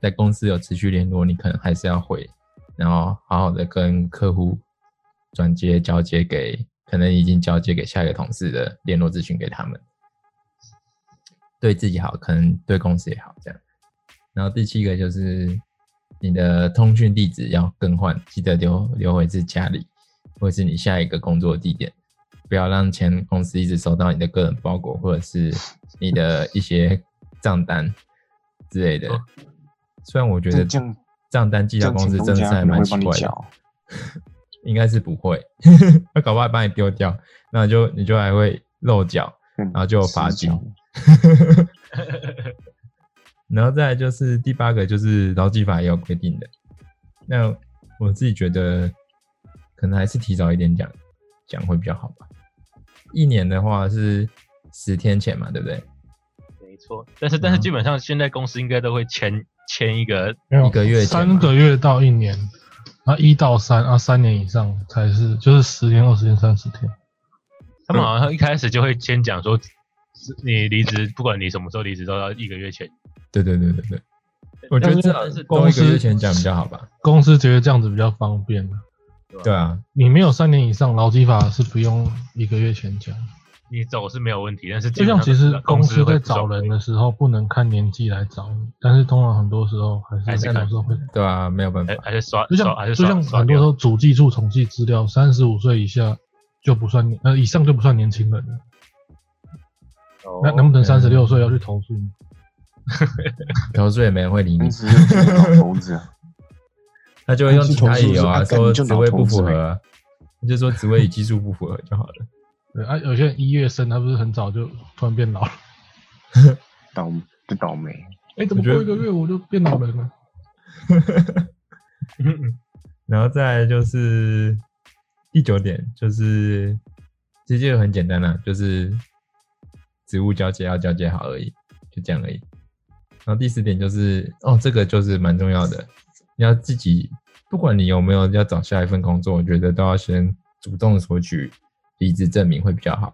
在公司有持续联络，你可能还是要回，然后好好的跟客户转接交接给可能已经交接给下一个同事的联络资讯给他们，对自己好，可能对公司也好这样。然后第七个就是你的通讯地址要更换，记得留留回是家里，或者是你下一个工作地点，不要让前公司一直收到你的个人包裹或者是你的一些账单之类的
哦。
虽然我觉
这
得
这样
账单寄
这
到
样
公司
请
真的
东
是
家
还
可能
蛮
会
奇
帮你
怪的。
缴，
应该是不 会，他搞不好把你丢掉，那就你就还会漏缴，
然
然后就有罚金。然后再来就是第八个，就是劳基法也有规定的。那我自己觉得，可能还是提早一点讲，讲会比较好吧。一年的话是十天前嘛，对不对？
没错，但是但
嗯
是基本上现在公司应该都会签签一个，
没有
一个月前
三
嘛
个月到一年，啊一到三啊三年以上才是就是十天、二十天、三十天，
他们好像一开始就会先讲说，是你离职，不管你什么时候离职，都要一个月前。
对对对对对，我觉得至少
但是
都
公
一
司
个月前讲比较好吧？
公司觉得这样子比较方便。
对啊，
你没有三年以上，劳基法是不用一个月前讲。
你走是没有问题，但是基
就
本
像
上
其实公司
会
在
不爽
找人的时候，不能看年纪来找你，但是通常很多时候还
还
是
是
有时候会，
对啊，没有办法
还，还是刷，
就
刷
像
还是
就
刷
像
刷
很多
掉
时候主计处统计资料，三十五岁以下就不算年呃以上就不算年轻人了。
哦
那能不能三十六岁要去投诉？
投诉也没人会理你
当，时就是老头子啊，
他就会用其他理由啊，
公司
说
投诉说啊干你就
职
拿
位不
投资
符合啊，你就说职位与技术不符合就好了。
对啊，有些人一月生，他不是很早就突然变老了？
倒就倒霉。
哎，怎么
我觉得
过一个月我就变老人了？
嗯
嗯
然后再来就是第九点，就是其实就很简单啦、就是职务交接要交接好而已，就这样而已。然后第十点就是哦，这个就是蛮重要的，你要自己，不管你有没有要找下一份工作，我觉得都要先主动索取离职证明会比较好，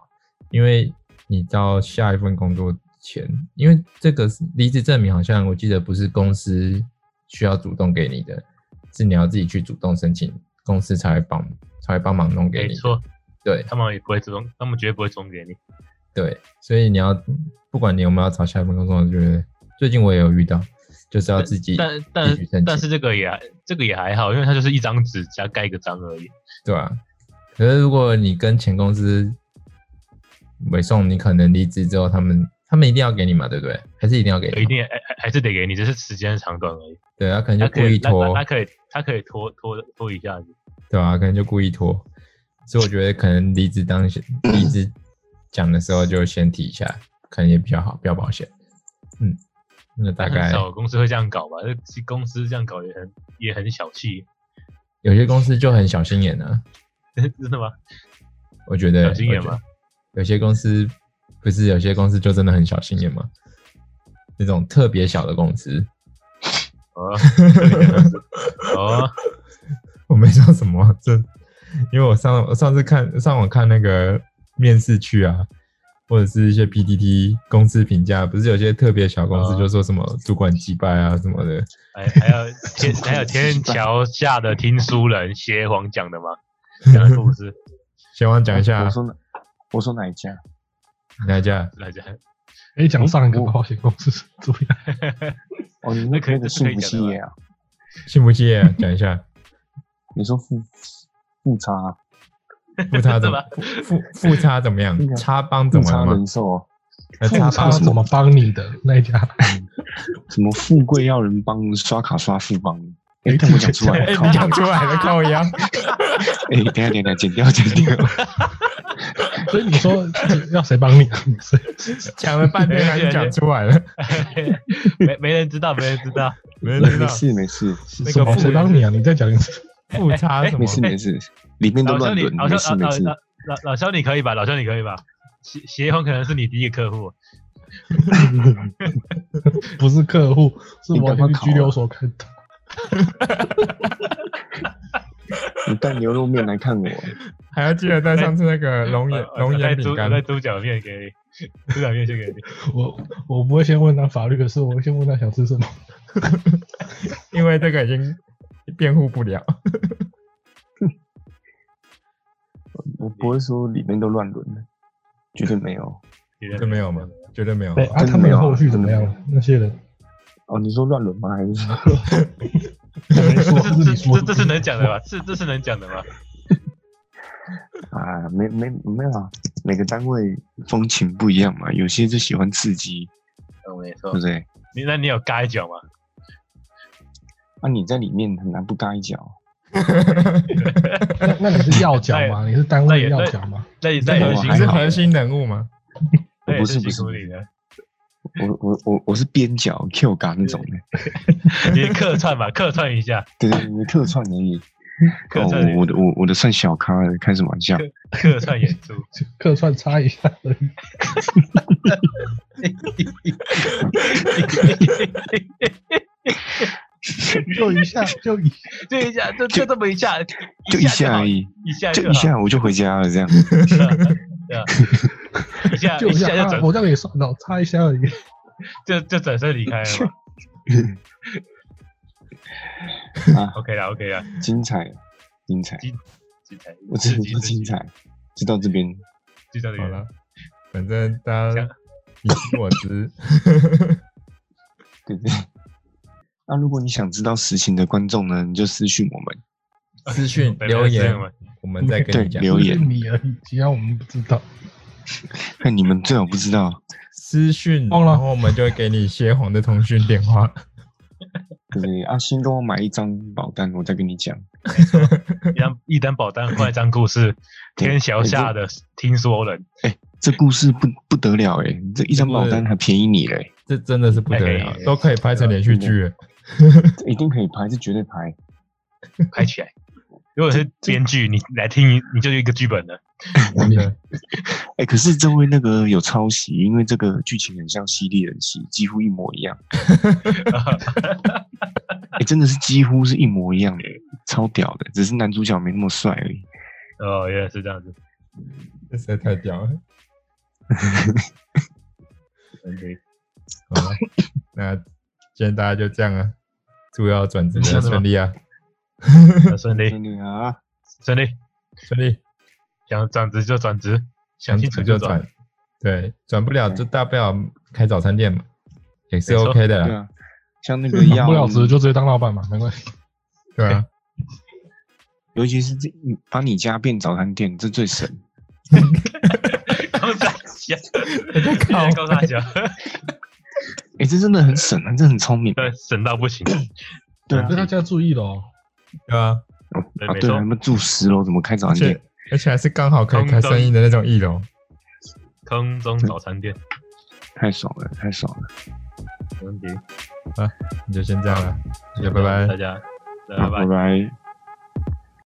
因为你到下一份工作前，因为这个是离职证明好像我记得不是公司需要主动给你的，是你要自己去主动申请，公司才会帮才会帮忙弄给
没
你。
错，
对，
他们也不会主动，他们绝对不会主动给你。
对，所以你要不管你有没有找下一份工作，我觉得最近我也有遇到，就是要自己
但
自
但
己申
但
请，
是这个也还这个也还好，因为它就是一张纸加盖一个章而已。
对吧、可是如果你跟前公司委送，你可能离职之后，他们他们一定要给你嘛，对不对？还是一定要给你嘛？
一定还还还是得给你，只是时间长短而已。
对，他可能
他
就
可
故
以
意
他
拖
他，可以他可以拖拖拖一下子。
对吧、可能就故意拖，所以我觉得可能离职当先离职讲的时候就先提一下，可能也比较好，比较保险。嗯，那大
但
概
很少公司会这样搞吧？这公司这样搞也很也很小气，
有些公司就很小心眼啊。
真的吗？
我觉得
小心眼？
我觉
吗
得有些公司不是有些公司就真的很小心眼吗？那种特别小的公 司，
哦，这个真的是哦，
我没说什么，这因为我上我上次看上网看那个面试区啊，或者是一些 PTT 公司评价，不是有些特别小公司
哦
就说什么主管击败啊什么的，
还还 有天还有天桥下的听书人邪皇讲的吗？讲的故事
先我讲一下
我说哪？我说哪一家？
哪一家？
来讲，
哎，讲上一个保险公司是
嗯
怎么样？
哦，你
那
那
可以
那个
这可以
幸福
讲
企
的吧
业啊？
信不信业啊？讲一 下，
你说富富差啊，
富差怎么富富富差怎么样
那？个
差帮怎
富
么
差
了吗
人？寿啊，
呃
富差
帮
怎么帮你的那一家？
什么富贵要人帮，刷卡刷富邦。哎，但我讲出来
哎，
了，靠！
你讲出来了，靠腰。
哎，等一下等一下，剪掉剪掉。
所以你说 要谁帮你 啊？谁
讲了半天还是讲出来了，
没没人知道，没人知 道。
没人知
没
道
事没事
那
什
个
么谁帮你啊？你 再讲一次。
复差什么哎
哎没事没事，里面都
老肖
乱
你啊
伦，
老肖
没事
老
没
老
事。
老老老肖你可以吧？老肖你可以吧？邪邪皇可能是你第一个客户，
不是客户，是
你
我
赶快
去
考
拘留
啊
所看到。
你带牛肉面来看我，
还要记得带上次那个龙眼
我
龙
我带
眼
猪
饼
我
干，
带猪脚面给你， 猪脚面先给你。
我我不会先问他法律的事，我会先问他想吃什么。
因为这个已经辩护不了。
我不会说里面都乱伦的，绝对没有。
绝
这没有吗？绝对没有
对
啊。
啊，他
真的没
们
有
的
啊
后续怎么样
真
了？那 些人，
哦，你说乱伦吗？还是说
我没说，是
这
你说
这这是能讲的吧？是这是能讲的吗？
啊，没没没有啊，每个单位风情不一样嘛，有些就喜欢刺激，
嗯，没
对
错
不。对？
你那你有嘎一脚吗？
那、啊你在里面很难不搭一脚。
那那你是要讲吗？你是单位要讲吗？
那你在
这个
游
你
行
我还
是
好
核心人物吗？
那
我
也
不
是
是
辛
不是
苦你的，
我我我我是边角 Q 嘎那种的，
你客串吧，客串一下，
对对对，客串而已。
客
哦
串演，
我我的我我的算小咖的，开什么玩笑？
客串演出。
客串插一下而已。就一下，就一
就一下，就就这么一下，
就一
一
下
好
而，已，
一下
就
好
一。下我就回家了，这样。
对啊，一 下
就
一
一
下就
下，啊
啊
转
我这里算了，差一下而已。
就就转身离开了嘛。
啊，
OK 啦，OK 啦，
精彩，精彩，
精彩，
我真的
刺激
是精，彩，就到这边。
刺激就到这
好
边了
了。，反正大家
想
你知我知。
对对。那如果你想知道实情的观众呢，你就私信我们。
私 讯
对
留言
私讯我们
我们再跟
对
你讲。
留言
就是你而已，其他我们不知道。
那你们最好不知道，
私讯，
忘了
然后我们就会给你薛红的通讯电话。
对不对？阿星跟我买一张保单，我再跟你讲。
一张一单保单换一张故 事，
对
天桥下的听说人，
这故事不不得了哎、欸，这一张保单还便宜你嘞、
这真的是不得了
哎，
都可以拍成连续剧了。
这一定可以排，这绝对排。
拍起来。如果是编剧，你来听，你就有一个剧本了。
真的，
哎、可是这位那个有抄袭，因为这个剧情很像《犀利人妻》，几乎一模一样。哎、真的是几乎是一模一样的，超屌的，只是男主角没那么帅而已。
哦，原来是这样子。
这实在太屌了。
OK，
好 了，那今天大家就这样啊，祝要转职的顺利啊，
那 顺利
真的啊，
顺利，
顺利，
想转职就转职，想清楚
转就
转
转。，对，转不了就大不了开早餐店嘛，也是
没错
OK 的
对
啦，
啊，像那个
当
药
不了职就直接当老板嘛，没关系。
对啊，
尤其是这把你家变早餐店，这最神。
高大侠，
啊
高大侠，
哎、这真的很神啊，这很聪明。
对， 省到不 行。
对啊
所以，大家注意哦喽，
对啊，
对，
啊
没
对
错
啊，他，们住十楼怎么开早
而
餐店
且？而且还是刚好可以开生意的那种一楼。
空中早餐店，
太爽了，太爽了。
没问题。
那就先这样了，大家拜拜
啊大。家，大家拜拜
拜。拜